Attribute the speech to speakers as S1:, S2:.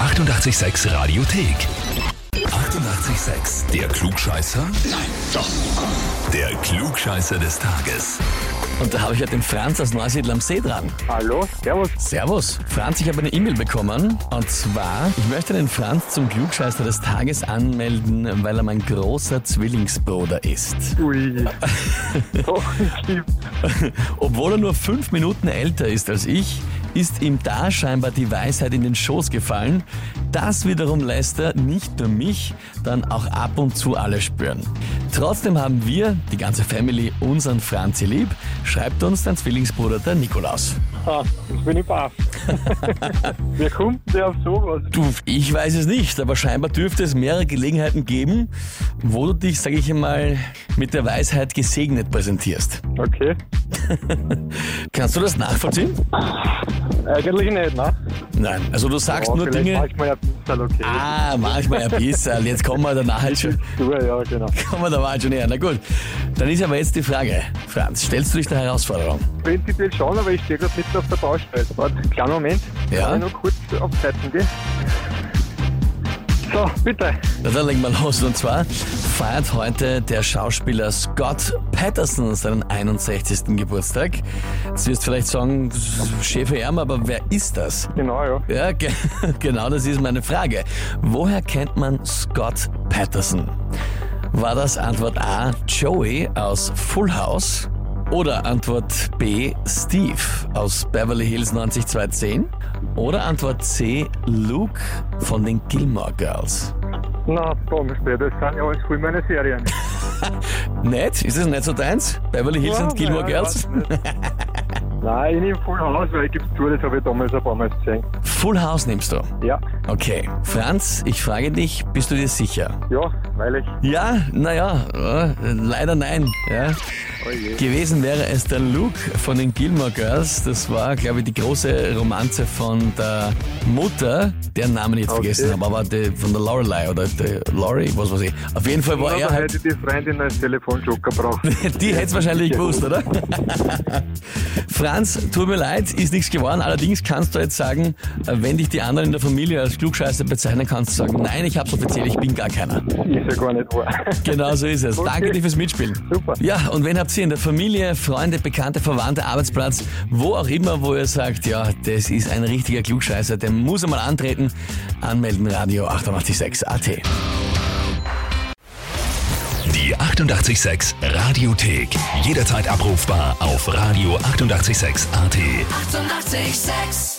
S1: 886 Radiothek. 88,6. Der Klugscheißer? Nein, doch. Der Klugscheißer des Tages.
S2: Und da habe ich ja den Franz aus Neusiedl am See dran.
S3: Hallo, servus.
S2: Servus. Franz, ich habe eine E-Mail bekommen. Und zwar, ich möchte den Franz zum Klugscheißer des Tages anmelden, weil er mein großer Zwillingsbruder ist.
S3: Ui. Doch, ich lieb.
S2: Obwohl er nur fünf Minuten älter ist als ich, ist ihm da scheinbar die Weisheit in den Schoß gefallen. Das wiederum lässt er nicht nur mich, dann auch ab und zu alle spüren. Trotzdem haben wir, die ganze Family, unseren Franzi lieb, schreibt uns dein Zwillingsbruder der Nikolaus.
S3: Ah, jetzt bin ich baff. Wer kommt denn auf sowas?
S2: Du, ich weiß es nicht, aber scheinbar dürfte es mehrere Gelegenheiten geben, wo du dich, sage ich einmal, mit der Weisheit gesegnet präsentierst.
S3: Okay.
S2: Kannst du das nachvollziehen?
S3: Eigentlich nicht, ne?
S2: Nein, also du sagst
S3: Ja,
S2: nur
S3: vielleicht
S2: Dinge.
S3: Manchmal ein bisschen okay.
S2: Ah, manchmal ein bisschen. Jetzt kommen wir danach halt schon,
S3: Du, ja, genau.
S2: kommen wir danach halt schon her. Na gut, dann ist aber jetzt die Frage, Franz, stellst du dich der Herausforderung?
S3: Prinzipiell schon, aber ich stehe gerade mitten auf der Baustelle. Warte, kleinen Moment.
S2: Ja.
S3: Kann ich nur kurz auf Zeiten gehen? So, bitte.
S2: Na dann legen wir los. Und zwar feiert heute der Schauspieler Scott Patterson seinen 61. Geburtstag. Sie wirst vielleicht sagen, Schäfe Ärm, aber wer ist das?
S3: Genau, ja.
S2: Ja, ge genau das ist meine Frage. Woher kennt man Scott Patterson? War das Antwort A Joey aus Full House oder Antwort B Steve aus Beverly Hills 90210 oder Antwort C Luke von den Gilmore Girls?
S3: Na, Bombenspiel, das sind ja alles voll meine Serien.
S2: Nett? Ist es nicht so deins? Beverly Hills
S3: Ja,
S2: und Gilmore
S3: ja,
S2: Girls?
S3: weiß nicht. Nein, ich nehme voll Haus, weil ich gebe zu, das habe ich damals ein paar Mal gesehen.
S2: Full House nimmst du.
S3: Ja,
S2: Okay. Franz, ich frage dich, bist du dir sicher?
S3: ja, weil ich.
S2: Ja, naja, äh, leider nein. Ja. Gewesen wäre es der Luke von den Gilmore Girls. Das war, glaube ich, die große Romanze von der Mutter, deren Namen ich jetzt vergessen habe, aber die, von der Lorelei oder der Laurie, was weiß ich. Auf jeden Fall war
S3: Ja,
S2: er
S3: da
S2: halt
S3: hätte die Freundin als Telefonjoker braucht.
S2: Die hätt's wahrscheinlich gewusst, oder? Franz, tut mir leid, ist nichts geworden. Allerdings kannst du jetzt sagen, wenn dich die anderen in der Familie als Klugscheißer bezeichnen, kannst du sagen, nein, ich hab's offiziell, ich bin gar keiner.
S3: Ist ja gar nicht wahr.
S2: Genau so ist es.
S3: Okay.
S2: Danke dir fürs Mitspielen.
S3: Super.
S2: Ja, und wen habt ihr in der Familie, Freunde, Bekannte, Verwandte, Arbeitsplatz, wo auch immer, wo ihr sagt, ja, das ist ein richtiger Klugscheißer, der muss einmal antreten. Anmelden, Radio 886 AT.
S1: Die 88,6 Radiothek. Jederzeit abrufbar auf radio886.at. 88,6.
S4: Eighty-eight, sex.